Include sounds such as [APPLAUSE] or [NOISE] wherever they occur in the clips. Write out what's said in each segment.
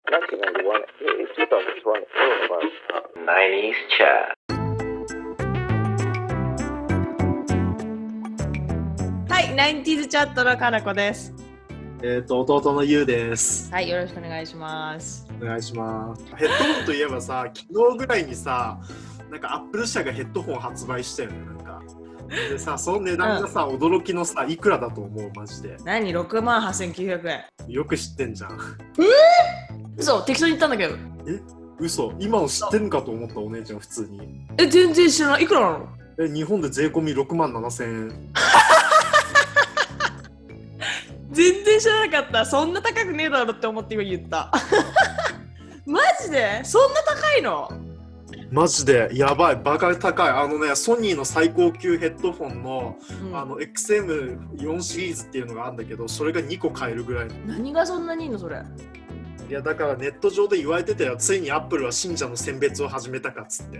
1991 eh, 2001 all of us. 90s chat. はい、ナインティーズチャットのかなこです。えっ、と、弟のゆうです。はい、よろしくお願いします。お願いします。ヘッドホンといえばさ、昨日ぐらいにさ、なんかアップル社がヘッドホン発売したよね、なんか。でさ、その値段がさ、驚きのさ、いくらだと思う、マジで。何 ?6 万8900円。よく知ってんじゃん。嘘、適当に言ったんだけど。嘘、今を知ってんかと思ったお姉ちゃん、普通に。え、全然知らない。いくらなのえ、日本で税込み6万7千円。全然知らなかった。そんな高くねえだろって思って今言った。 [LAUGHS] マジでそんな高いのマジで、やばい、バカ高い。あのね、ソニーの最高級ヘッドフォンの、うんあの、XM4 シリーズっていうのがあるんだけど、それが2個買えるぐらいの何がそんなにいいのそれ。いやだからネット上で言われてたよついにアップルは信者の選別を始めたかっつって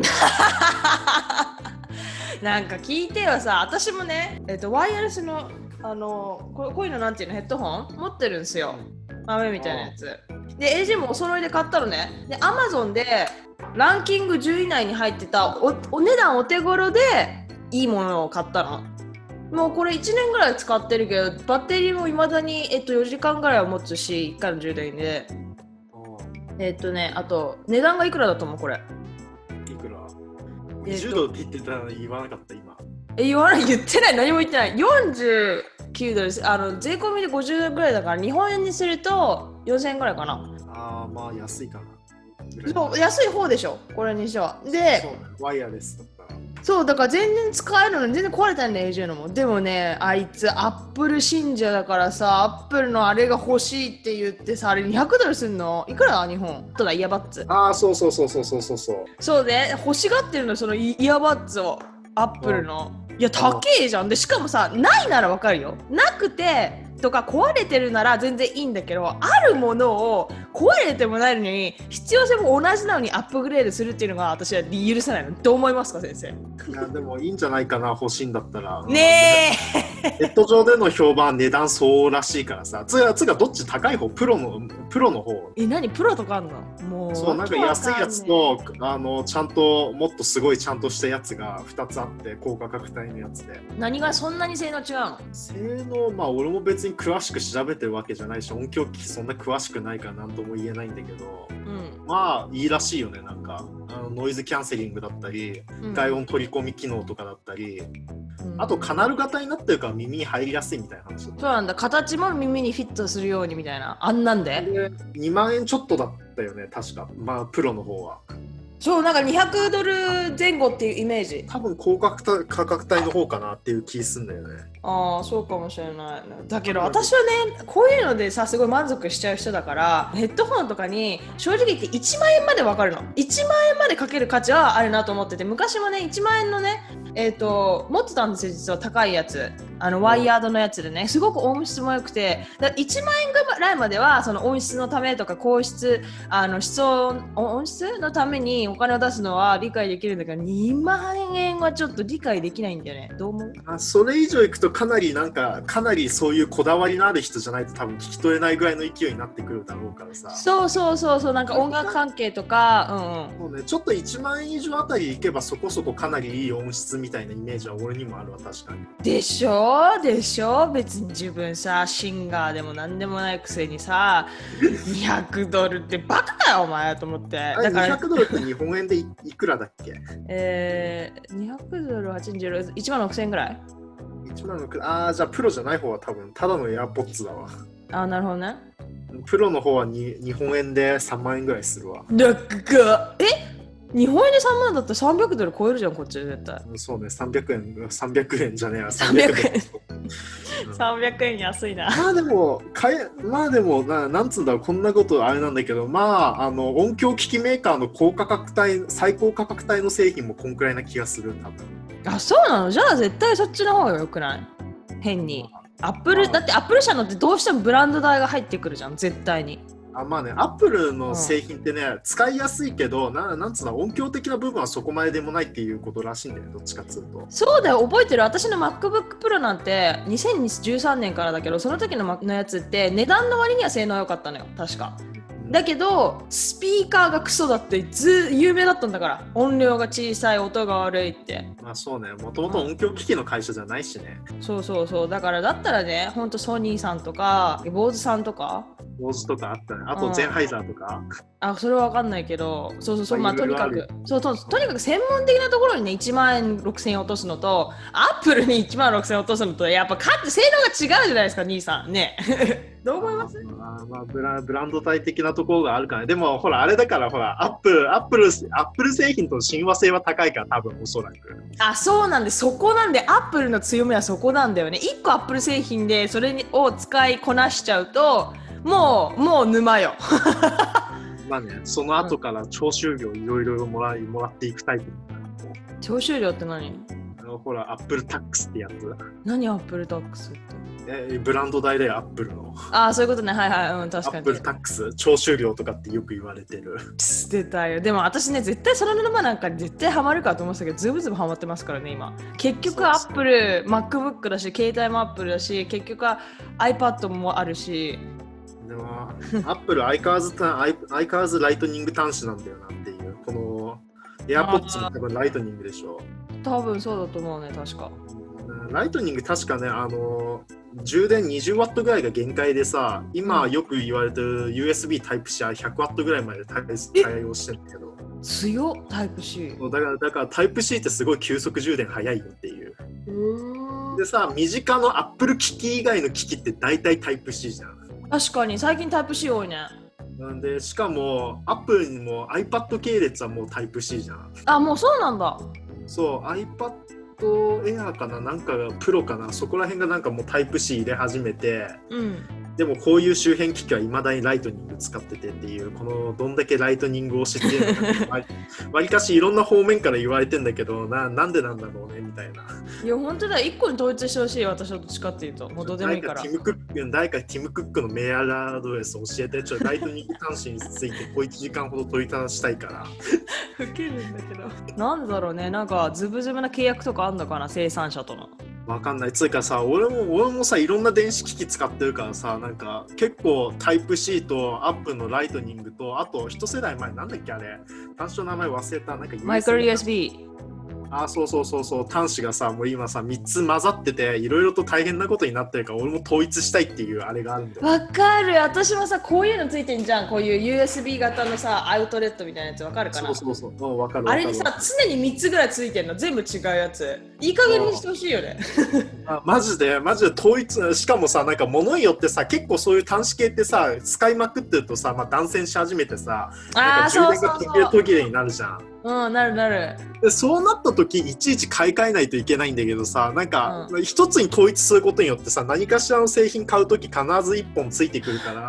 なんか聞いてはさ、私もね、えっと、ワイヤレスの、あの、ここういうのなんていうの、ヘッドホン持ってるんですよ。豆みたいなやつ。で、AG もお揃いで買ったのね。で、Amazon でランキング10位以内に入ってたお、お値段お手頃でいいものを買ったの。もうこれ1年ぐらい使ってるけど、バッテリーもいまだに、えっと、4時間ぐらいは持つし、1回の充電で。えっとね、あと、値段がいくらだと思う、これ。いくらえっ20ドとルって言ってたのに言わなかった今え言わない言ってない何も言ってない49ドルですあの税込みで50ドルぐらいだから日本円にすると4000円ぐらいかなああまあ安いかなそう安い方でしょこれにしてはそでうワイヤレスだったらそうだから全然使えるのに全然壊れたんだよ AJ のもでもねあいつアップル信者だからさアップルのあれが欲しいって言ってさあれ200ドルすんのいくら日本とだイヤバッツああそうそうそうそうそうそうそうそうね欲しがってるのそのイイヤーバッツをアップルのいや高えじゃんでしかもさないならわかるよなくてとか壊れてるなら全然いいんだけどあるものを壊れてもないのに必要性も同じなのにアップグレードするっていうのが私は許せないのどう思いますか先生いやでもいいんじゃないかな欲しいんだったらねええネット上での評判値段そうらしいからさつがつがどっち高い方プロのプロの方え何プロとかあんのもうそうなんか安いやつわとあのちゃんともっとすごいちゃんとしたやつが2つあって高価格帯のやつでけわかんねえ何がそんなに性能違うの性能まあ俺も別に詳しく調べてるわけじゃないし音響機器そんな詳しくないから何とも言えないんだけどうんまあいいらしいよねなんかあのノイズキャンセリングだったりうん外音取り込み機能とかだったりうんあとカナル型になってるから耳に入りやすいみたいな話だっそうなんだ形も耳にフィットするようにみたいなあんなんでたで2万円ちょっとだったよね確かまあプロの方はそうなんか200ドル前後っていうイメージ多分高価格帯価格帯の方かなっていう気すんだよねああそうかもしれないだけど私はねこういうのでさすごい満足しちゃう人だからヘッドホンとかに正直言って1万円までわかるの1万円までかける価値はあるなと思ってて昔もね1万円のねえっ、と持ってたんですよ実は高いやつあのワイヤードのやつでねすごく音質も良くてだ1万円ぐらいまではその音質のためとか高質あの室温音質のためにお金を出すのは理解できるんだけど2万円はちょっと理解できないんだよねどう思うあそれ以上いくとかなりなんかかなりそういうこだわりのある人じゃないと多分聞き取れないぐらいの勢いになってくるだろうからさそうそうそうそうなんか音楽関係とかうんうんもうね、ちょっと1万円以上あたりいけばそこそこかなりいい音質みたいなイメージは俺にもあるわ確かにでしょでしょ別に自分さシンガーでも何でもないくせにさ200ドルってバカだよお前と思ってあれだから200ドルって日本円でいいくらだっけえー、200ドル80ドル1万6000円ぐらい ?1 万のくああじゃあプロじゃない方は多分ただのエアポッツだわあなるほどねプロの方はに日本円で3万円ぐらいするわだがえ日本円で3万だったら300ドル超えるじゃんこっちで絶対うんそうね300円300円じゃねえや300うん300円安いなまあでも、かえまあでもな、なんつうんだろう、こんなことあれなんだけど、まあ、あの音響機器メーカーの高価格帯、最高価格帯の製品もこんくらいな気がする、多分あそうなのじゃあ絶対そっちの方が良くない変にアップまルあだってアップル社のってどうしてもブランド代が入ってくるじゃん絶対にあまあね、アップルの製品ってね、使いやすいけど、ななんつうんだろう、音響的な部分はそこまででもないっていうことらしいんだよね、どっちかっつうと。そうだよ覚えてる私の MacBookPro なんて2013年からだけどその時の Mac- のやつって値段の割には性能良かったのよ確かだけどスピーカーがクソだってず有名だったんだから音量が小さい音が悪いってまあそうね、もともと音響機器の会社じゃないしね、そうそうそうだからだったらねほんとソニーさんとか坊主さんとか坊主とかあったね、あうとんゼンハイザーとか、あそれは分かんないけどそうそうそうままああとにかいろいくそうととにかく専門的なところにね1万円6000円落とすのとアップルに1万6000円落とすのとやっぱかって性能が違うじゃないですか兄さん [LAUGHS] ねどう思いますまあまあブラブランド体的なところがあるからね、でもほら、あれだからほら、アップル、アップル、アップル製品との親和性は高いから、多分おそらく。あそうなんでそこなんでアップルの強みはそこなんだよね1個アップル製品でそれにを使いこなしちゃうともうもう沼 [LAUGHS] よまあね、その後から徴収料いろいろもらいもらっていくタイプ。徴収料って何あのほら、アップルタックスってやつ。何アップルタックスってえブランド代だよ、アップルの。ああそういうことねはいはいうんア確かッにプルタックス、徴収料とかってよく言われてる。 [LAUGHS] 捨てたよでも私ね絶対その沼なんかに絶対ハマるかと思ってたけどズブズブハマってますからね今結局アそうップル MacBook だし携帯もアップルだし結局は iPad もあるしでも、アップル相変わらずた、相相変わらずライトニング端子なんだよなっていう。この、AirPods も多分ライトニングでしょ。多分そうだと思うね確かライトニング確かね、あの、充電 20W ぐらいが限界でさ、今よく言われてる USB タイプ C は 100W ぐらいまで対対応してるんだけど。強っタイプ C そうだからだからタイプ C ってすごい急速充電早いよっていううんでさ身近のアップル機器以外の機器って大体タイプ C じゃん確かに最近タイプ C 多いねなんでしかもアップルにも iPad 系列はもうタイプ C じゃんあもうそうなんだそう iPad Air かななんかがプロかなそこら辺がなんかもうタイプ C 入れ始めてうんでもこういう周辺機器はいまだにライトニング使っててっていうこのどんだけライトニングを知ってるのかわり [LAUGHS] わりかしいろんな方面から言われてんだけどななんでなんだろうねみたいないや本当だ1個に統一してほしい私はどっちかっていうともうどうでもいいから誰かティム・クック誰かティム・クックのメールアドレス教えて、ちょっとライトニング端子について小1時間ほど問いただしたいから。ウケるんだけどなんだろうねなんかズブズブな契約とかあんのかな生産者とのわかんない。つうかさ、俺も俺もさ、いろんな電子機器使ってるからさ、なんか結構タイプ C とアップのライトニングと、あと一世代前、なんだっけあれ、端子の名前忘れた、なんかマイクロ USB USB あ、そうそうそうそう、端子がさ、もう今さ、3つ混ざってて、いろいろと大変なことになってるから、俺も統一したいっていうあれがあるんだよ。わかる私もさこういうのついてんじゃんこういう USB 型のさアウトレットみたいなやつわかるかなそうそうそう、うんわかるわかる。あれにさ常に3つぐらいついてんの全部違うやついい加減にしてほしいよねあマジでマジで統一しかもさなんか物によってさ結構そういう端子系ってさ使いまくってるとさ、まあ、断線し始めてさあなあんかーそう充電そうそが途切れう途切れになるじゃんうんなるなるでそうなった時いちいち買い替えないといけないんだけどさなんか、う一つに統一することによってさ何かしらの製品買う時必ず一本ついてくるから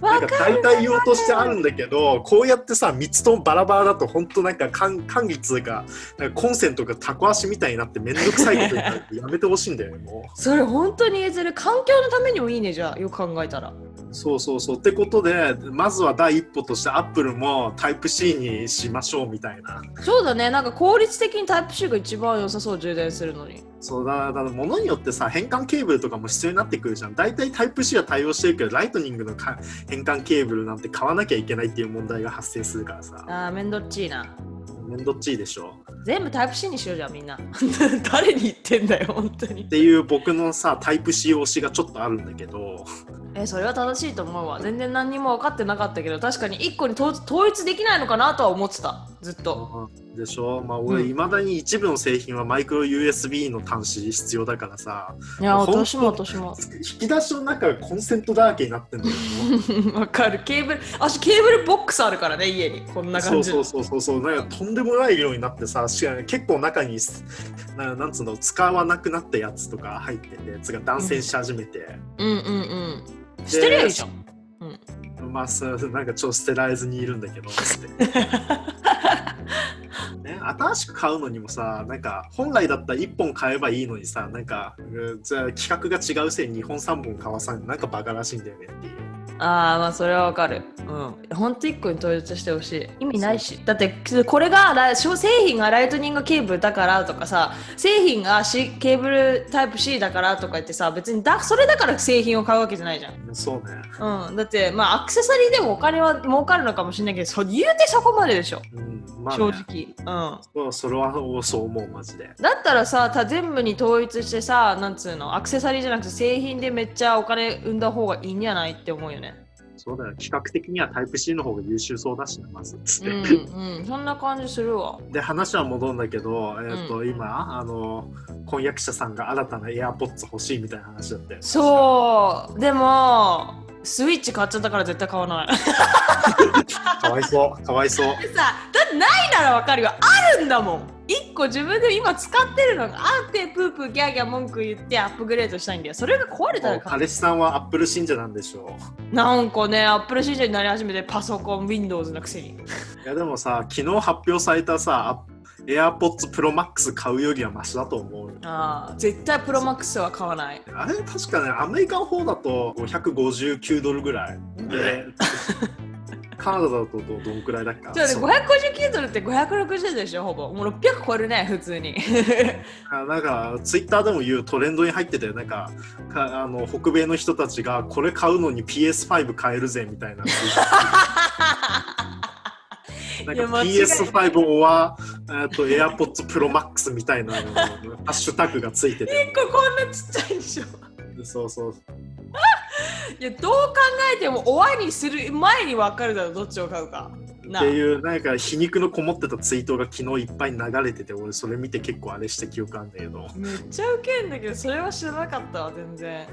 なわんかかる代替用としてあるんだけどこうやってさ3つともバラバラだと本当なんか管管理っつうかなんかコンセントがタコ足みたいになって面倒くさいことになるやめてほしいんだよねもう。それ本当に譲る環境のためにもいいねじゃあよく考えたらそうそうそう。ってことで、まずは第一歩として、アップルもタイプ C にしましょうみたいな。そうだねなんか効率的にタイプ C が一番良さそう充電するのにそうだ、だから物によってさ、変換ケーブルとかも必要になってくるじゃん。大体タイプ C は対応してるけど、ライトニングのか変換ケーブルなんて買わなきゃいけないっていう問題が発生するからさ、あーめんどっちいなめんどっちいでしょ。全部タイプ C にしようじゃんみんな [LAUGHS] 誰に言ってんだよ本当にっていう僕のさ、タイプ C 推しがちょっとあるんだけど、えそれは正しいと思うわ全然何にも分かってなかったけど確かに1個に統統一できないのかなとは思ってたずっとでしょまあ俺、うんいまだに一部の製品はマイクロ USB の端子必要だからさ、いや本当私も私 [LAUGHS] も引き出しの中がコンセントだらけになってんだよ。もう分かるケーブル私ケーブルボックスあるからね家にこんなそ感うじそうそうそうそうなんかとんでもない量になってさしかも結構中にすななんつうの使わなくなったやつとか入っててつうか断線し始めて、うんうんうんしてるよいいじゃんまあそうなんかちょっと捨てられずにいるんだけど [LAUGHS] つってね、新しく買うのにもさなんか本来だったら1本買えばいいのにさなんか、うんじゃあ規格が違うせいに2本3本買わさんなんかバカらしいんだよねっていうああまあそれはわかるうんほんと一個に統一してほしい意味ないしだってこれがラ商製品がライトニングケーブルだからとかさ製品が、C、ケーブルタイプ C だからとか言ってさ別にだそれだから製品を買うわけじゃないじゃんそうね。うん、だってまあアクセサリーでもお金は儲かるのかもしれないけどそ言うてそこまででしょ、うん、まあ、ね、正直、うん、うんそれはそう思う、マジで。だったらさた全部に統一してさなんつうのアクセサリーじゃなくて製品でめっちゃお金生んだ方がいいんじゃないって思うよねそうだよ、比較的にはタイプ C の方が優秀そうだしな、まず。つっうて。んうんそんな感じするわで、話は戻るんだけど、えっ、と、今、あの、婚約者さんが新たな AirPods 欲しいみたいな話だったよ。そうでもスイッチ買っちゃったから絶対買わないう。かわいそう、かわ [LAUGHS] いそう。さだってないならわかるよあるんだもん一個自分で今使ってるのがあってプープーギャーギャー文句言ってアップグレードしたいんだよそれが壊れたら買う彼氏さんは Apple 信者なんでしょなんかね、アップル信者になり始めて、パソコン、Windows のくせに。う。いや、でもさ、昨日発表されたさ、AirPods Pro Max 買うよりはマシだと思うよ。ああ、絶対プロマックスは買わない。あれ確かねアメリカの方だと559ドルぐらいで [LAUGHS] カナダだとどどんくらいだっけかじゃあね、そう559ドルって560でしょ、ほぼ。もう600超えるね、普通 [LAUGHS] に。あなんかツイッターでも言うトレンドに入っててなんかかあの北米の人たちがこれ買うのに PS5 買えるぜみた [LAUGHS] いななんいかや間違いない PS5 はえーと AirPods Pro Max みたいなのハッシュタグがついてて結構こんなちっちゃいでしょ。そうそういや、どう考えても、おわにする前に分かるだろ、どっちを買うか。っていうなんか皮肉のこもってたツイートが昨日いっぱい流れてて俺それ見て結構あれして記憶あんだけど、めっちゃウケんだけど、それは知らなかったわ、全然。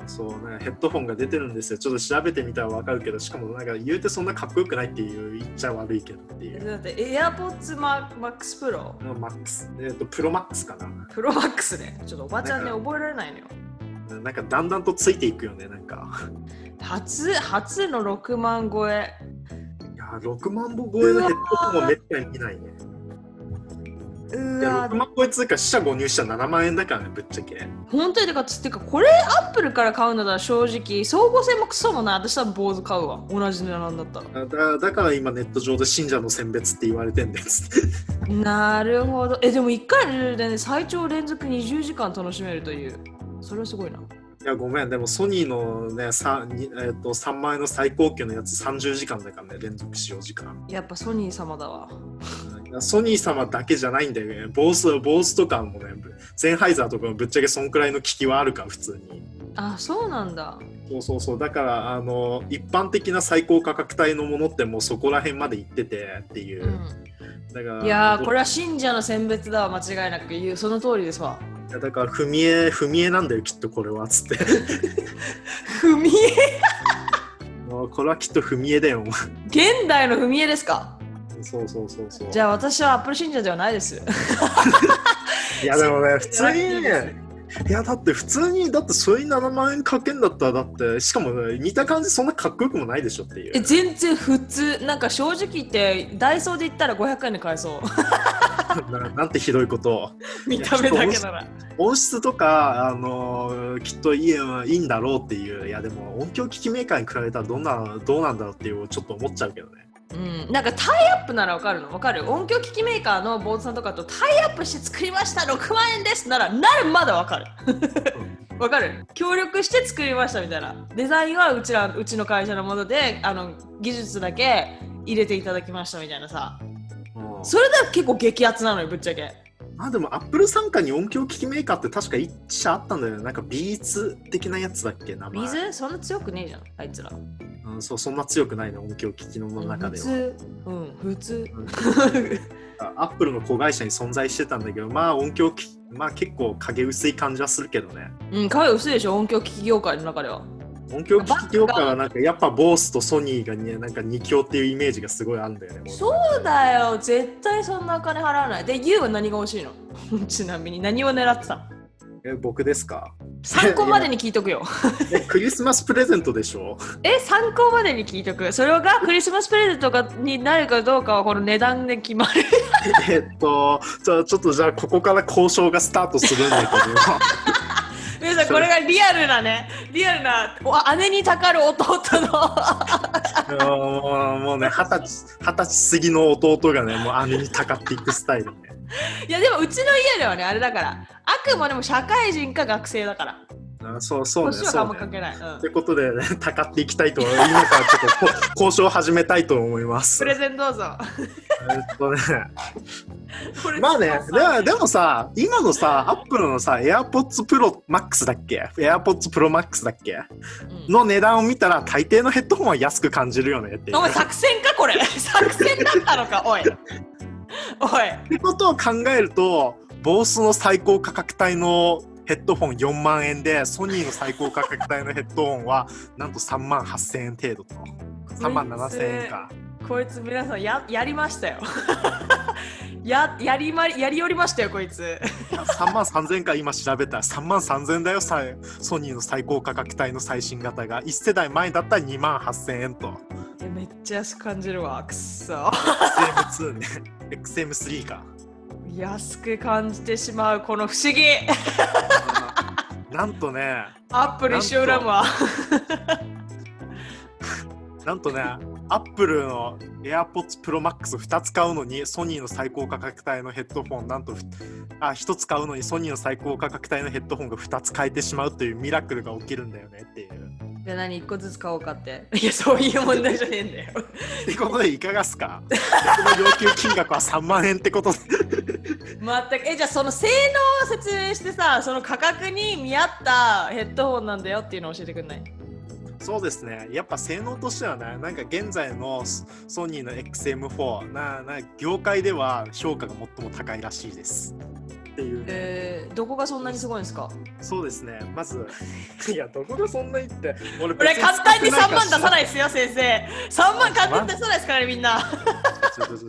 うん、そうねヘッドホンが出てるんですよちょっと調べてみたらわかるけどしかもなんか言うてそんなかっこよくないっていう言っちゃ悪いけどっていう。だって、AirPods Max Pro。マックス、えっとプロマックスかなプロマックスね。ちょっとおばちゃんね、なん覚えられないのよ。なんかだんだんとついていくよねなんか初、初の6万超え。いや6万歩超えのヘッドホンもめったに見ないねういやわ6万超えつうか四捨五入したら7万円だからねぶっちゃけ本当にだからつってかこれアップルから買うのだ正直総合性もクソもない私は坊主買うわ同じ値段だったらあだだから今ネット上で信者の選別って言われてんです [LAUGHS] なるほどえでも1回のルールでね最長連続20時間楽しめるというそれはすごいないやごめんでもソニーのね 3,、にえー、と3万円の最高級のやつ30時間だからね連続使用時間やっぱソニー様だわいやソニー様だけじゃないんだよねボースボースとかもねぶゼンハイザーとかもぶっちゃけそんくらいの効きはあるから普通にあそうなんだそうそうそうだからあの一般的な最高価格帯のものってもうそこら辺まで行っててっていう、うんだからいやーどこれは信者の選別だわ間違いなく言うその通りですわいやだから踏み絵踏み絵なんだよきっとこれはつって [LAUGHS] 踏み絵もうこれはきっと踏み絵だよ [LAUGHS] 現代の踏み絵ですかそうそうそうそうじゃあ私はアップル信者ではないですいやでもね普通にいやねいやだって普通にだってそれに7万円かけんだったらだってしかも、ね、見た感じそんなかっこよくもないでしょっていえう全然普通なんか正直言ってダイソーで言ったら500円で買えそうななんてひどいことを見た目だけなら音質とか、あのーきっといいいいんだろうっていういやでも音響機器メーカーに比べたらどんなどうなんだろうっていうちょっと思っちゃうけどねうんなんかタイアップならわかるのわかる音響機器メーカーの坊主さんとかとタイアップして作りました6万円ですならなるまだわかるわかる協力して作りましたみたいなデザインはうちらうちの会社のものであの技術だけ入れていただきましたみたいなさうんそれだら結構激アツなのよぶっちゃけまあでもアップル傘下に音響機器メーカーって確か1社あったんだよねなんかビーツ的なやつだっけ名前ビズそんな強くねえじゃんあいつらうん、そうそんな強くないね音響機器の中普では通うん普通アップルの子会社に存在してたんだけどまあ音響機まあ結構影薄い感じはするけどね [LAUGHS] うん、顔薄いでしょ、音響機器業界の中では。音響機器業界はなんかやっぱボースとソニーがねなんか二強っていうイメージがすごいあるんだよねもうそうだよ、絶対そんなお金払わない。で、ユウは何が欲しいの [LAUGHS] ちなみに何を狙ってたのえ僕ですか ?3 個までに聞いとく [LAUGHS] よ。えクリスマスプレゼントでしょ [LAUGHS] え、参考までに聞いとく。それがクリスマスプレゼントがになるかどうかはこの値段で決ま [LAUGHS] る。えっとじゃあちょっとじゃあここから交渉がスタートするんだけど皆さんこれがリアルなねリアルなお姉にたかる弟の [LAUGHS] いやもうもうね二十歳二十歳過ぎの弟がねもう姉にたかっていくスタイルねいやでもうちの家ではねあれだからあくまでも社会人か学生だからあそうそうね年はそ半う分ね関係ない、うんということで、ね、たかっていきたいと思います今からちょっとこ [LAUGHS] 交渉を始めたいと思いますプレゼンどうぞ [LAUGHS] えっとねこれまあねそうそう [LAUGHS] でもでもさ今のさアップルのさ AirPods Pro Max だっけ AirPods Pro Max だっけうんの値段を見たら大抵のヘッドホンは安く感じるよねっていうおいっ作戦かこれ作戦だったのかおいおいてことを考えるとボースの最高価格帯のヘッドホン4万円でソニーの最高価格帯のヘッドホンはなんと3万8000円程度と3万7000円かこいつ皆さんややりましたよ [LAUGHS] ややりまやりよりましたよこいつ3万3000円か今調べたら3万3000円だよさソニーの最高価格帯の最新型が1世代前だったら2万8000円とえめっちゃ安く感じるわくっそ XM2 ね XM3 か安く感じてしまうこの不思議なんとねアップル一生恨むわなんとね、アップルの AirPods Pro Max2 つ買うのに、ソニーの最高価格帯のヘッドフォン、なんとふあ1つ買うのにソニーの最高価格帯のヘッドフォンが2つ買えてしまうというミラクルが起きるんだよねっていう。じゃあ何一個ずつ買おうかっていやそういう問題じゃねえんだよってことで、いかがっすか僕の要求金額は3万円ってことで、全くえじゃあその性能を説明してさその価格に見合ったヘッドホンなんだよっていうのを教えてくんないそうですね、やっぱ性能としてはね、なんか現在のソソニーの XM4、なな業界では評価が最も高いらしいです。っていうね。えー、どこがそんなにすごいんですかそうですね、まず、 [LAUGHS] いや、どこがそんなにって、俺。これ簡単に3万出さないいですよ先生3万簡単に出さないですからねみんなちょちょちょ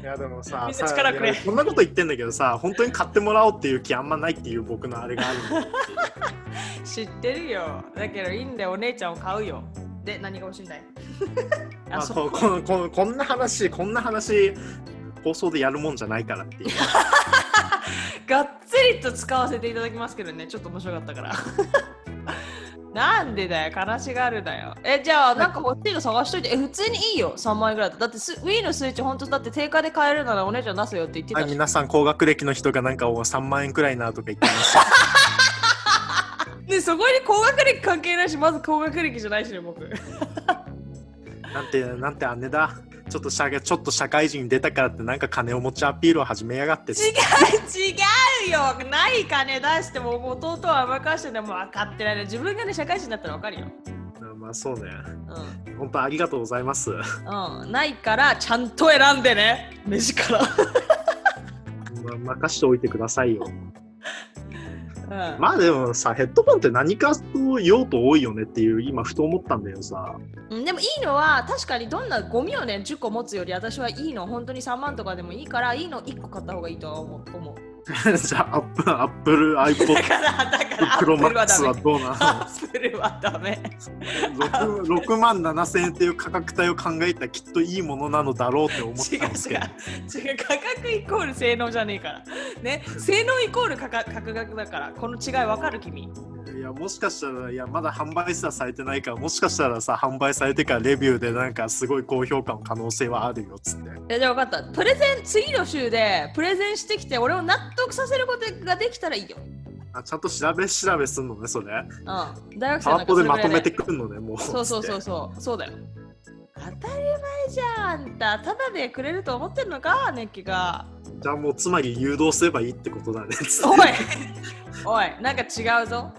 いやで [LAUGHS] もさ、みんなさ力くれいやこんなこと言ってんだけどさ、本当に買ってもらおうっていう気あんまないっていう僕のあれがあるん [LAUGHS] だよ知ってるよだけどいいんだよお姉ちゃんを買うよで何が欲しいんだい [LAUGHS] あまあ、そこうこのこのこんな話、こんな話、放送でやるもんじゃないからっていう。がっつりと使わせていただきますけどねちょっと面白かったから [LAUGHS] なんでだよ悲しがるだよえじゃあなんか欲しいの探しといてえ普通にいいよ3万円ぐらいだっただってス Wii のスイッチ本当だって定価で買えるならお姉ちゃん出すよって言ってはい、たし皆さん、高学歴の人がなんかお3万円くらいなとか言ってました。 [LAUGHS] でそこに高学歴関係ないしまず高学歴じゃないしね僕なんて、なんて姉だ。ちょっと社ちょっと社会人出たからってなんか金を持ちアピールを始めやがって違う違うよない金出してももう弟は甘かしてでも分かってないね自分がね社会人だったら分かるよまあそうねうん本当ありがとうございますうん、ないからちゃんと選んでね目力、ま任しておいてくださいよ。うん、まあでもさ、ヘッドホンって何かと用途多いよねっていう、今、ふと思ったんだよさ。うんでもいいのは確かにどんなゴミをね10個持つより私はいいの本当に3万とかでもいいからいいの1個買った方がいいとは思う思う [LAUGHS] じゃあ、アップル、アップル、 [LAUGHS] だ iPod、からだからアッププロマルッはクスダはメどうなアップルはダメの 6, 6万7千円っていう価格帯を考えたらきっといいものなのだろうって思っ違う違たんですけど。う違う価格イコール性能じゃねえからね性能イコール価格価格だからこの違いわかる君いや、もしかしたら、いや、まだ販売すらされてないから、もしかしたらさ、販売されてからレビューでなんかすごい高評価の可能性はあるよっつって。えじゃあ分かったプレゼン次の週でプレゼンしてきて俺を納得させることができたらいいよ、あちゃんと調べ調べすんのね、それ。うん、大学生パなんワかポそでれぐらまいとめてくんのね、もう。そうそうそうそうそうだよ当たり前じゃんあんたただでくれると思ってんのか熱気がじゃあもうつまり誘導すればいいってことだね。つっ [LAUGHS] おいておいなんか違うぞ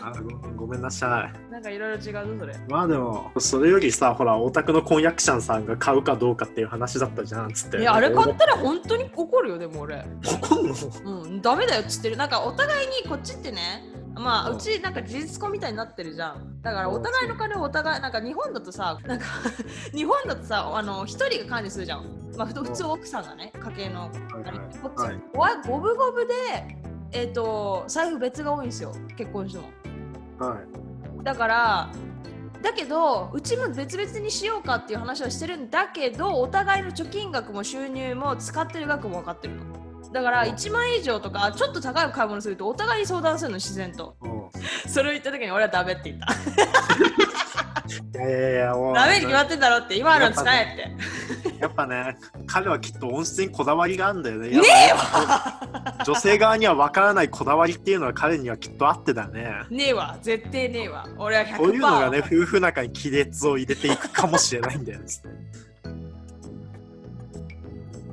あごごめんなさなんかいろいろ違うぞそれい。まあでもそれよりさほらオタクの婚約者さんが買うかどうかっていう話だったじゃんつって。いやあれ買かったら本当に怒るよでも俺怒んのうんダメだよっつってるなんかお互いにこっちってねまあうんうちなんか事実婚みたいになってるじゃんだからうんお互いの金をお互いなんか日本だとさなんか [LAUGHS] 日本だとさあの一人が管理するじゃんまあふとうん普通奥さんがね家計のはいあれはいこっちはいわ五分五分でえっ、と財布別が多いんですよ結婚してもはいだからだけどうちも別々にしようかっていう話はしてるんだけどお互いの貯金額も収入も使ってる額も分かってるのだから1万円以上とかちょっと高い買い物するとお互いに相談するの自然とうんそれを言った時に俺はダメって言ったいやいやいやもうダメに決まってんだろって今の使えってやっぱね彼はきっと温泉にこだわりがあるんだよねねえやっぱ女性側には分からないこだわりっていうのは彼にはきっとあってだねねえわ絶対ねえわ俺は100%こういうのがね夫婦仲に亀裂を入れていくかもしれないんだよね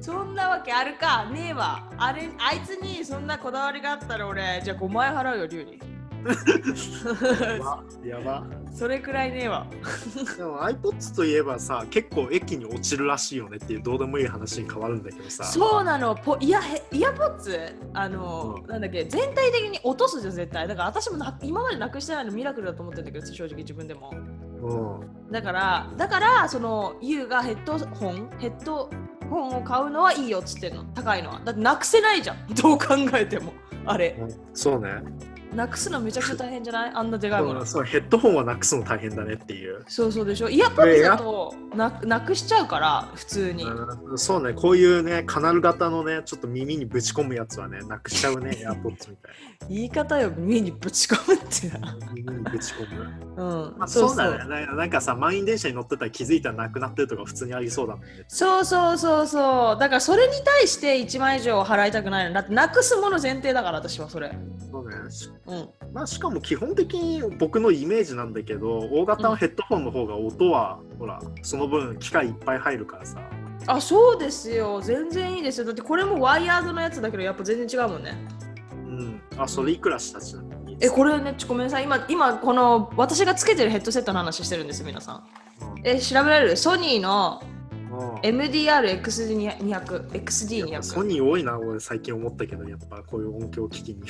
そんなわけあるかねえわあれあいつにそんなこだわりがあったら俺じゃあ5万円払うよ龍にやばそれくらいねえわでも iPods といえばさ結構駅に落ちるらしいよねっていうどうでもいい話に変わるんだけどさそうなのポイヤヘイヤポッツあの、うんなんだっけ全体的に落とすじゃん絶対だから私もな今までなくしてないのミラクルだと思ってんだけど正直自分でもうんだからだからその YOU がヘッドホンヘッドホンを買うのはいいよっつってんの高いのはだってなくせないじゃん [LAUGHS] どう考えてもあれそうねなくすのめちゃくちゃ大変じゃないあんなでだかいもかのらそうヘッドホンはなくすの大変だねっていうそうそうでしょイヤポッツだとななくしちゃうから普通にうんそうねこういうねカナル型のねちょっと耳にぶち込むやつはねなくしちゃう [LAUGHS] ね AirPods みたい言い方よ耳にぶち込むってなな耳にぶち込む、うん、まあ、そうだねななんかさ満員電車に乗ってたら気づいたらなくなってるとか普通にありそうだもんねそうそうそうそうだからそれに対して1万円以上払いたくないのだってなくすもの前提だから私はそれそうねしうんまあしかも基本的に僕のイメージなんだけど大型のヘッドホンの方が音は、ほらその分機械いっぱい入るからさあそうですよ全然いいですよだってこれもワイヤードのやつだけどやっぱ全然違うもんねうんあそれいくらしたちなみにえこれねちょごめんなさい今今この私がつけてるヘッドセットの話してるんです皆さんうんえ調べられるソニーのうん MDR-XD200XD200 ソニー多いな俺最近思ったけどやっぱこういう音響機器に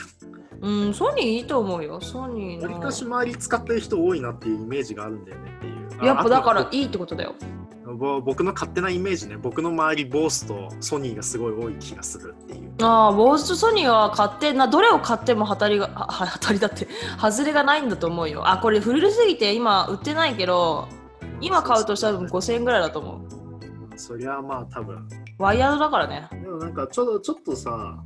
うんソニーいいと思うよソニーわりかしの周り使ってる人多いなっていうイメージがあるんだよねっていう。あやっぱだかあらといいってことだよぼ僕の勝手なイメージね、僕の周り、ボースとソニーがすごい多い気がするっていう。ああ、ボーズとソニーは買ってな、どれを買っても当たりが、 [LAUGHS] あは当たりだって、外れがないんだと思うよ。あ、これ古すぎて今売ってないけど、今買うとしたら多分5000円ぐらいだと思う。そりゃまあ多分。ワイヤードだからね。 [LAUGHS] でもなんかちょちょっとさ、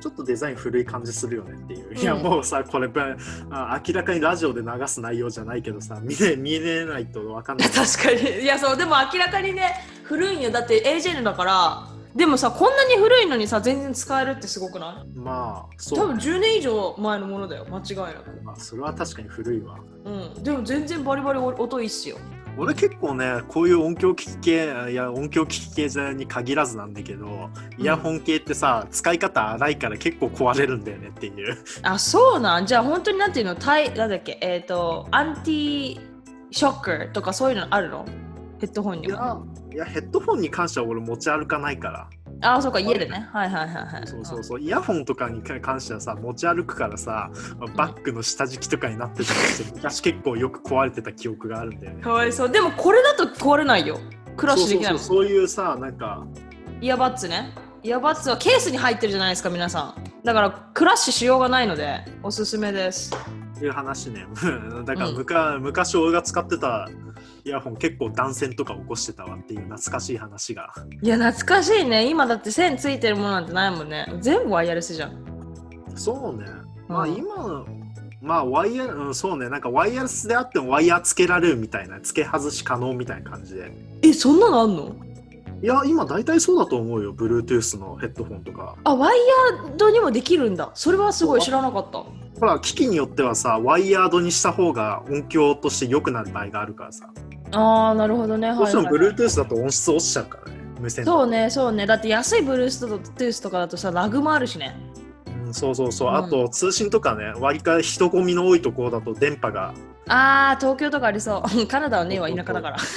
ちょっとデザイン古い感じするよねっていう。んいやもうさ、これぶんあ明らかにラジオで流す内容じゃないけどさ、見れ見れないと分かんない。確かに。いや、そう、でも明らかにね、古いんよ。だって AJN だから、でもさ、こんなに古いのにさ、全然使えるってすごくないまあ、そ多う分。10年以上前のものだよ、間違いなく。まあ、それは確かに古いわ。うん。でも全然バリバリお音いいっすよ。俺結構ねこういう音響機器系いや音響機器系じゃに限らずなんだけどイヤホン系ってさ、使い方荒いから結構壊れるんだよねっていうあそうなんじゃあ本当になんていうのタイなんだっけえっ、とアンティショックーとかそういうのあるのヘッドホンいにはやいやヘッドホンに関しては俺持ち歩かないから、あそうか家でねはいはいはいはいそうそうそうイヤホンとかに関してはさ持ち歩くからさバッグの下敷きとかになってたりして昔結構よく壊れてた記憶があるんだよねかわいそうでもこれだと壊れないよクラッシュできないもんそうそうそうそういうさなんかイヤバッツねイヤバッツはケースに入ってるじゃないですか皆さんだからクラッシュしようがないのでおすすめですいう話ね [LAUGHS] だからうんむか、昔俺が使ってたイヤホン結構断線とか起こしてたわっていう懐かしい話がいや懐かしいね今だって線ついてるものなんてないもんね全部ワイヤレスじゃんそうねまあうん今の、まあワイヤー、うん、そうねなんかワイヤレスであってもワイヤーつけられるみたいな付け外し可能みたいな感じでえそんなのあんのいや今大体そうだと思うよ Bluetooth のヘッドホンとかあワイヤードにもできるんだそれはすごい知らなかったほら機器によってはさワイヤードにした方が音響として良くなる場合があるからさああなるほどね。どうしてもはいはいはい Bluetooth だと音質落ちちゃうからね無線とかそうねそうねだって安いブルーストゥースとかだとさラグもあるしね。うん、そうそうそう、うんあと通信とかね割か人混みの多いところだと電波がああ東京とかありそう。 [LAUGHS] カナダはねえわ田舎だから。 [LAUGHS]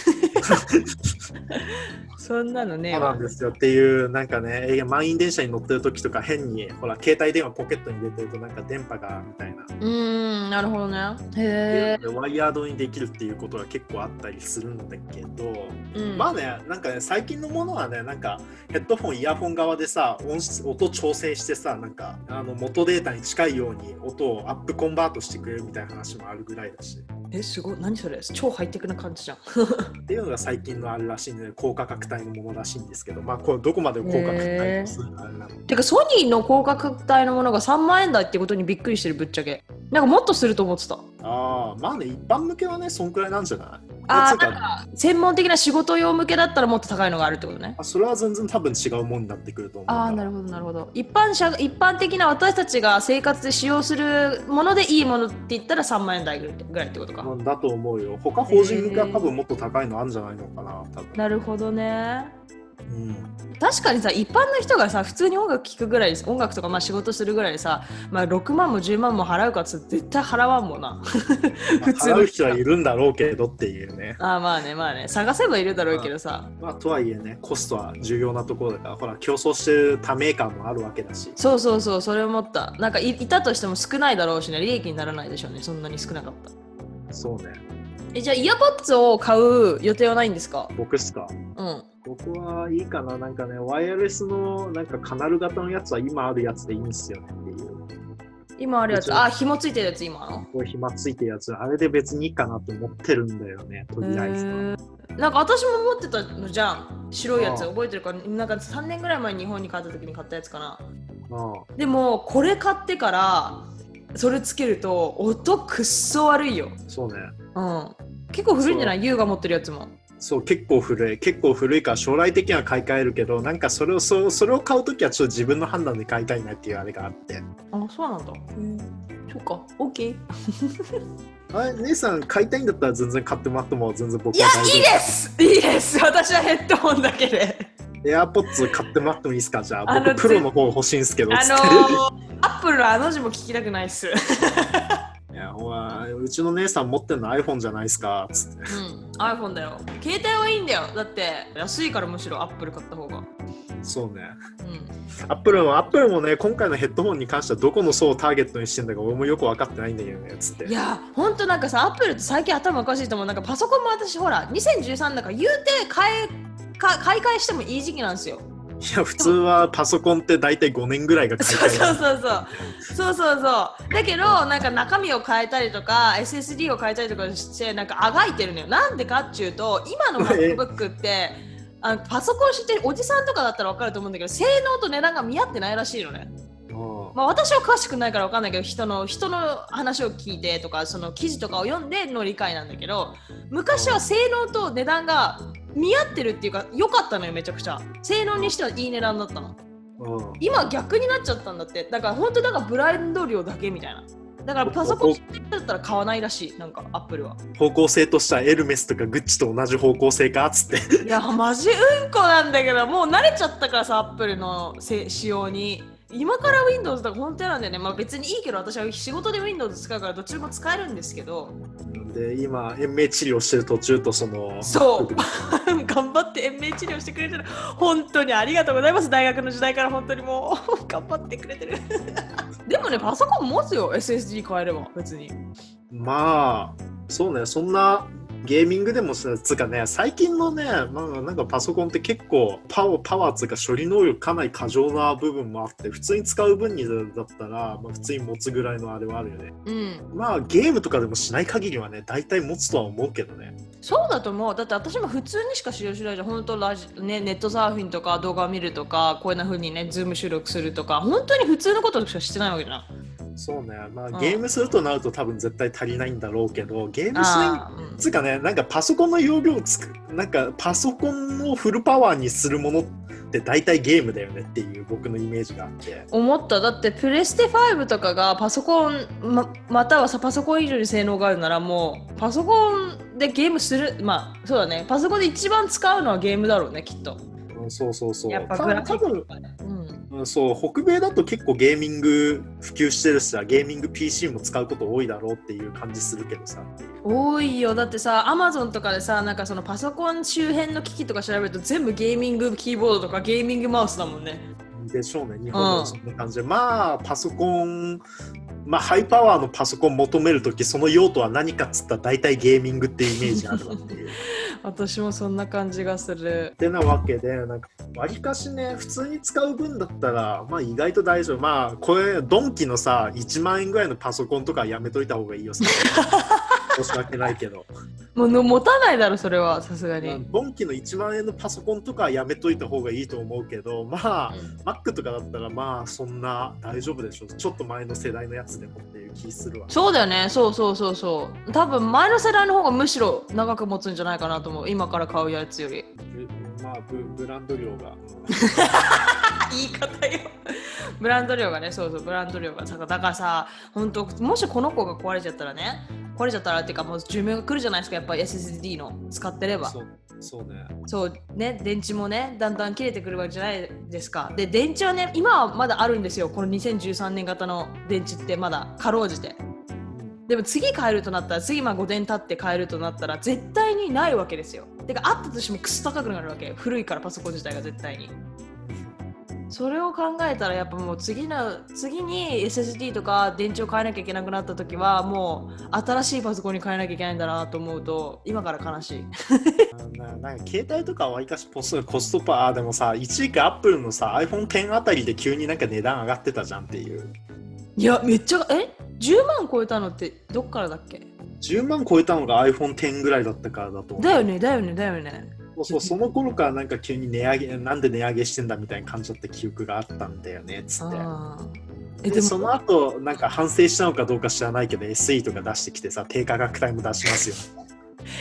そんなのねそえうなわん。ですよっていうなんかねえー満員電車に乗ってる時とか変にほら携帯電話ポケットに入れてるとなんか電波がみたいな、うーんなるほどね。へえ。でワイヤードにできるっていうことが結構あったりするんだけど、うんまあねなんかね最近のものはねなんかヘッドフォンイヤホン側でさ音質音調整してさなんかあの元データに近いように音をアップコンバートしてくれるみたいな話もあるぐらいだしえすごい何それ超ハイテクな感じじゃん [LAUGHS] っていうのが最近のあるらしいので高価格帯のものらしいんですけどまあこうどこまでを高価格帯とするのかあれなのかてかソニーの高価格帯のものが3万円台ってことにびっくりしてるぶっちゃけなんかもっとすると思ってたああまあね一般向けはねそんくらいなんじゃないあつーうか専門的な仕事用向けだったらもっと高いのがあるってことねあそれは全然多分違うもんになってくると思うからああなるほどなるほど一般社一般的な私たちが生活で使用するものでいいものって言ったら3万円台ぐらいってことか、うんだと思うよ他法人向けは多分もっと高いのあるんじゃないのかな多分なるほどね [LAUGHS] うん確かにさ一般の人がさ普通に音楽聴くぐらい音楽とかまあ仕事するぐらいでさ、まあ、6万も10万も払うかっつって絶対払わんもんな普通まあ払のう人はいるんだろうけどっていうねああまあねまあね探せばいるだろうけどさまあとはいえねコストは重要なところだからほら競争してる他メーカーもあるわけだしそうそうそうそれ思ったなんかいいたとしても少ないだろうしね利益にならないでしょうねそんなに少なかったそうねえじゃあイヤポッツを買う予定はないんですか僕っすかうん僕はいいかななんかねワイヤレスのなんかカナル型のやつは今あるやつでいいんですよねっていう今あるや別つにあ紐ついてるやつ今のこう暇ついてるやつあれで別にいいかなと思ってるんだよねとりあえずはなんか私も持ってたのじゃん白いやつああ覚えてるかななんか3年ぐらい前に日本に帰った時に買ったやつかなうんでもこれ買ってからそれつけると音くっそ悪いよそうねうん結構古いんじゃない優が持ってるやつもそう結構古い結構古いから将来的には買い替えるけどなんかそれをそうそれを買う時はちょっと自分の判断で買いたいなっていうあれがあってあそうなんだそっか OK あれ姉さん買いたいんだったら全然買ってもらっても全然僕いやは大丈いいですいいです私はヘッドホンだけで夫エアポッツ買ってもらってもいいですかじゃああの僕プロの方欲しいんですけどあつって、のー、アップルのあの字も聞きたくないっすいやお前うちの姉さん持ってんの iPhone じゃないですかつってうん、iPhone だよ。携帯はいいんだよ。だって安いからむしろ Apple 買った方が。うん。そうねアップルもアップルもね今回のヘッドホンに関してはどこの層をターゲットにしてんだか俺もよく分かってないんだけどねつっていや、ほんとなんかさ、Apple って最近頭おかしいと思う。なんかパソコンも私ほら、2013だから言うて買えか買い替えしてもいい時期なんですよ。いや普通はパソコンって大体5年ぐらいが買い替そうえそうそうそう。そうそうそう。だけど、なんか中身を変えたりとか、SSD を変えたりとかして、なんかあがいてるのよ。なんでかっちゅうと、今の MacBook って、あのパソコン知ってるおじさんとかだったらわかると思うんだけど、性能と値段が見合ってないらしいのね。うんまあ、私は詳しくないから分かんないけど人の人の話を聞いてとかその記事とかを読んでの理解なんだけど昔は性能と値段が見合ってるっていうか良かったのよめちゃくちゃ性能にしてはいい値段だったのうん今は逆になっちゃったんだってだから本当だからブラインド量だけみたいなだからパソコンだったら買わないらしいなんかアップルは方向性としてはエルメスとかグッチと同じ方向性かっつっていやマジうんこなんだけどもう慣れちゃったからさアップルのせ仕様に今から Windows とか本当なんだよねまあ別にいいけど私は仕事で Windows 使うからどっちも使えるんですけど [LAUGHS] で今延命治療してる途中とそのそう頑張って延命治療してくれてる本当にありがとうございます大学の時代から本当にもう [LAUGHS] 頑張ってくれてるでもねパソコン持つよ SSD 変えれば別にまあそうねそんなゲーミングでもさつうかね最近のね、まあ、なんかパソコンって結構パワーパワーつうか処理能力かなり過剰な部分もあって普通に使う分にだったら、まあ、普通に持つぐらいのあれはあるよねうんまあゲームとかでもしない限りはね大体持つとは思うけどねそうだと思うだって私も普通にしか使用しないじゃん本当ラジ、ね、ネットサーフィンとか動画を見るとかこういうふうにねズーム収録するとか本当に普通のことしかしてないわけじゃんそうねまんあゲームするとなると多分絶対足りないんだろうけどゲームしないあー、うんつうかね、なんかパソコンの容量つく、なんかパソコンをフルパワーにするものって大体ゲームだよねっていう僕のイメージがあって。思っただってプレステ5とかがパソコンままたはさパソコン以上に性能があるならもうパソコンでゲームするまあそうだねパソコンで一番使うのはゲームだろうねきっとうん、そうそうそう。やっぱ多グラフ分ィ多ック分と、かねうん、うん、そう、北米だと結構ゲーミング普及してるしさ、ゲーミング PC も使うこと多いだろうっていう感じするけどさっていう。多いよだってさアマゾンとかでさなんかそのパソコン周辺の機器とか調べると全部ゲーミングキーボードとかゲーミングマウスだもんねでしょうね、日本でもそんな感じで。まあ、パソコン、まあ、ハイパワーのパソコン求めるとき、その用途は何かっつったら大体ゲーミングっていうイメージあるわっていう。私もそんな感じがするってなわけでなんかわりかしね普通に使う分だったらまあ意外と大丈夫まあこれドンキのさ1万円ぐらいのパソコンとかやめといた方がいいよさ申し訳ないけど。もうの持たないだろそれはさすがにドンキの1万円のパソコンとかはやめといた方がいいと思うけど、まあ、Mac とかだったら、まあ、そんな大丈夫でしょう。ちょっと前の世代のやつでもっていう気するわ。そうだよねそうそうそうそう多分前の世代の方がむしろ長く持つんじゃないかなと思う今から買うやつよりぶまあ、ブブランド量が。言い方よ [LAUGHS] ブランド量がねそうそうブランド量がだからだからさ本当もしこの子が壊れちゃったらね壊れちゃったらっていうかもう寿命が来るじゃないですかやっぱ SSD の使ってればそうそうね。そうね電池もねだんだん切れてくるわけじゃないですかで電池はね今はまだあるんですよこの2013年型の電池ってまだかろうじてでも次買えるとなったら次まあ5年経って買えるとなったら絶対にないわけですよてかあったとしてもクソ高くなるわけ古いからパソコン自体が絶対にそれを考えたらやっぱもう次の次に SSD とか電池を変えなきゃいけなくなった時はもう新しいパソコンに変えなきゃいけないんだなと思うと今から悲しいななんか携帯とかはわりかしポスコストパーでもさ一時期アップルのさ iPhone10 あたりで急になんか値段上がってたじゃんっていういやめっちゃえ10万超えたのってどっからだっけ10万超えたのが iPhone10 ぐらいだったからだと思うだよねだよねだよねそうそうその頃からなんか急に値上げなんで値上げしてんだみたいな感じだった記憶があったんだよねっつってあーえででそもの後なんか反省したのかどうか知らないけど SE とか出してきてさ低価格帯も出しますよ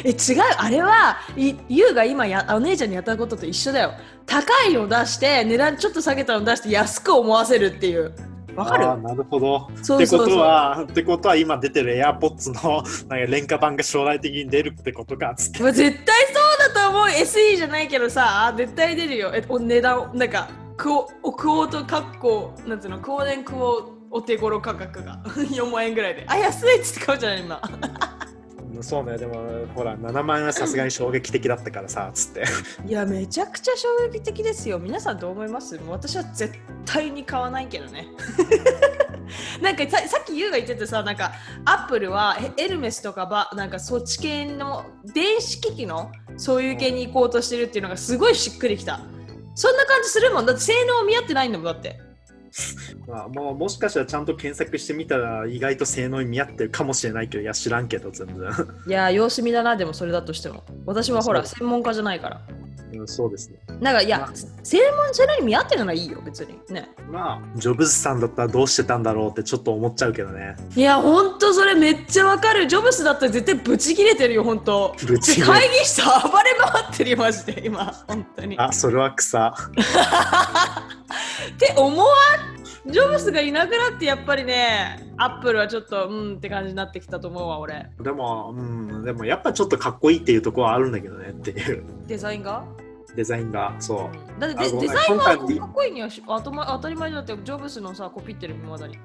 え違うあれはいゆうが今やお姉ちゃんにやったことと一緒だよ高いの出して値段ちょっと下げたの出して安く思わせるっていうわかるあーなるほどそうってこそうとそうはってことは今出てる AirPods のなんか廉価版が将来的に出るってことかっつってうわ絶対そうだと思う SE じゃないけどさあー絶対出るよえお値段なんかクオおクオートカッコなんていうの光年クオお手頃価格が [LAUGHS] 4万円ぐらいであ安いっつって買うじゃない今うんそうねでもほら7万円はさすがに衝撃的だったからさつ [LAUGHS] っていやめちゃくちゃ衝撃的ですよ皆さんどう思いますもう私は絶対に買わないけどね [LAUGHS] なんかささっきユウが言ってたさなんかアップルはエエルメスとかばなんかそっち系の電子機器のそういう系に行こうとしてるっていうのがすごいしっくりきたそんな感じするもんだって性能見合ってないんだもんだってまあもうもしかしたらちゃんと検索してみたら意外と性能に見合ってるかもしれないけどいや知らんけど全然、いやー様子見だなでもそれだとしても私はほらそ専門家じゃないから [LAUGHS] うん、そうですねなんかいやまあ専門性能に見合ってるならいいよ別にねまあジョブズさんだったらどうしてたんだろうってちょっと思っちゃうけどねいやほんとそれめっちゃわかるジョブスだったら絶対ブチ切れてるよほんとぶち切れ会議室暴れ回ってるよマジで今本当にっあそれは草て思わんジョブスがいなくなってやっぱりねアップルはちょっとうんって感じになってきたと思うわ俺でもうんでもやっぱちょっとかっこいいっていうところはあるんだけどねっていうデザインがデザインがそうだってあデごめんデザイン今回はかっこいいにはしあとま当たり前だってジョブスのさコピってるまだに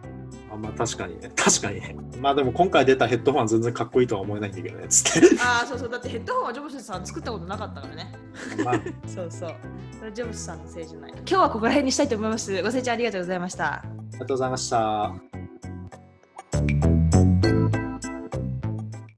あまあ確かにね確かにねまあでも今回出たヘッドホンは全然かっこいいとは思えないんだけどねつ [LAUGHS] ってああそうそうだってヘッドホンはジョブスさん作ったことなかったからねまあそうそうそれジョブスさんのせいじゃない今日はここら辺にしたいと思いますご清聴ありがとうございましたありがとうございました。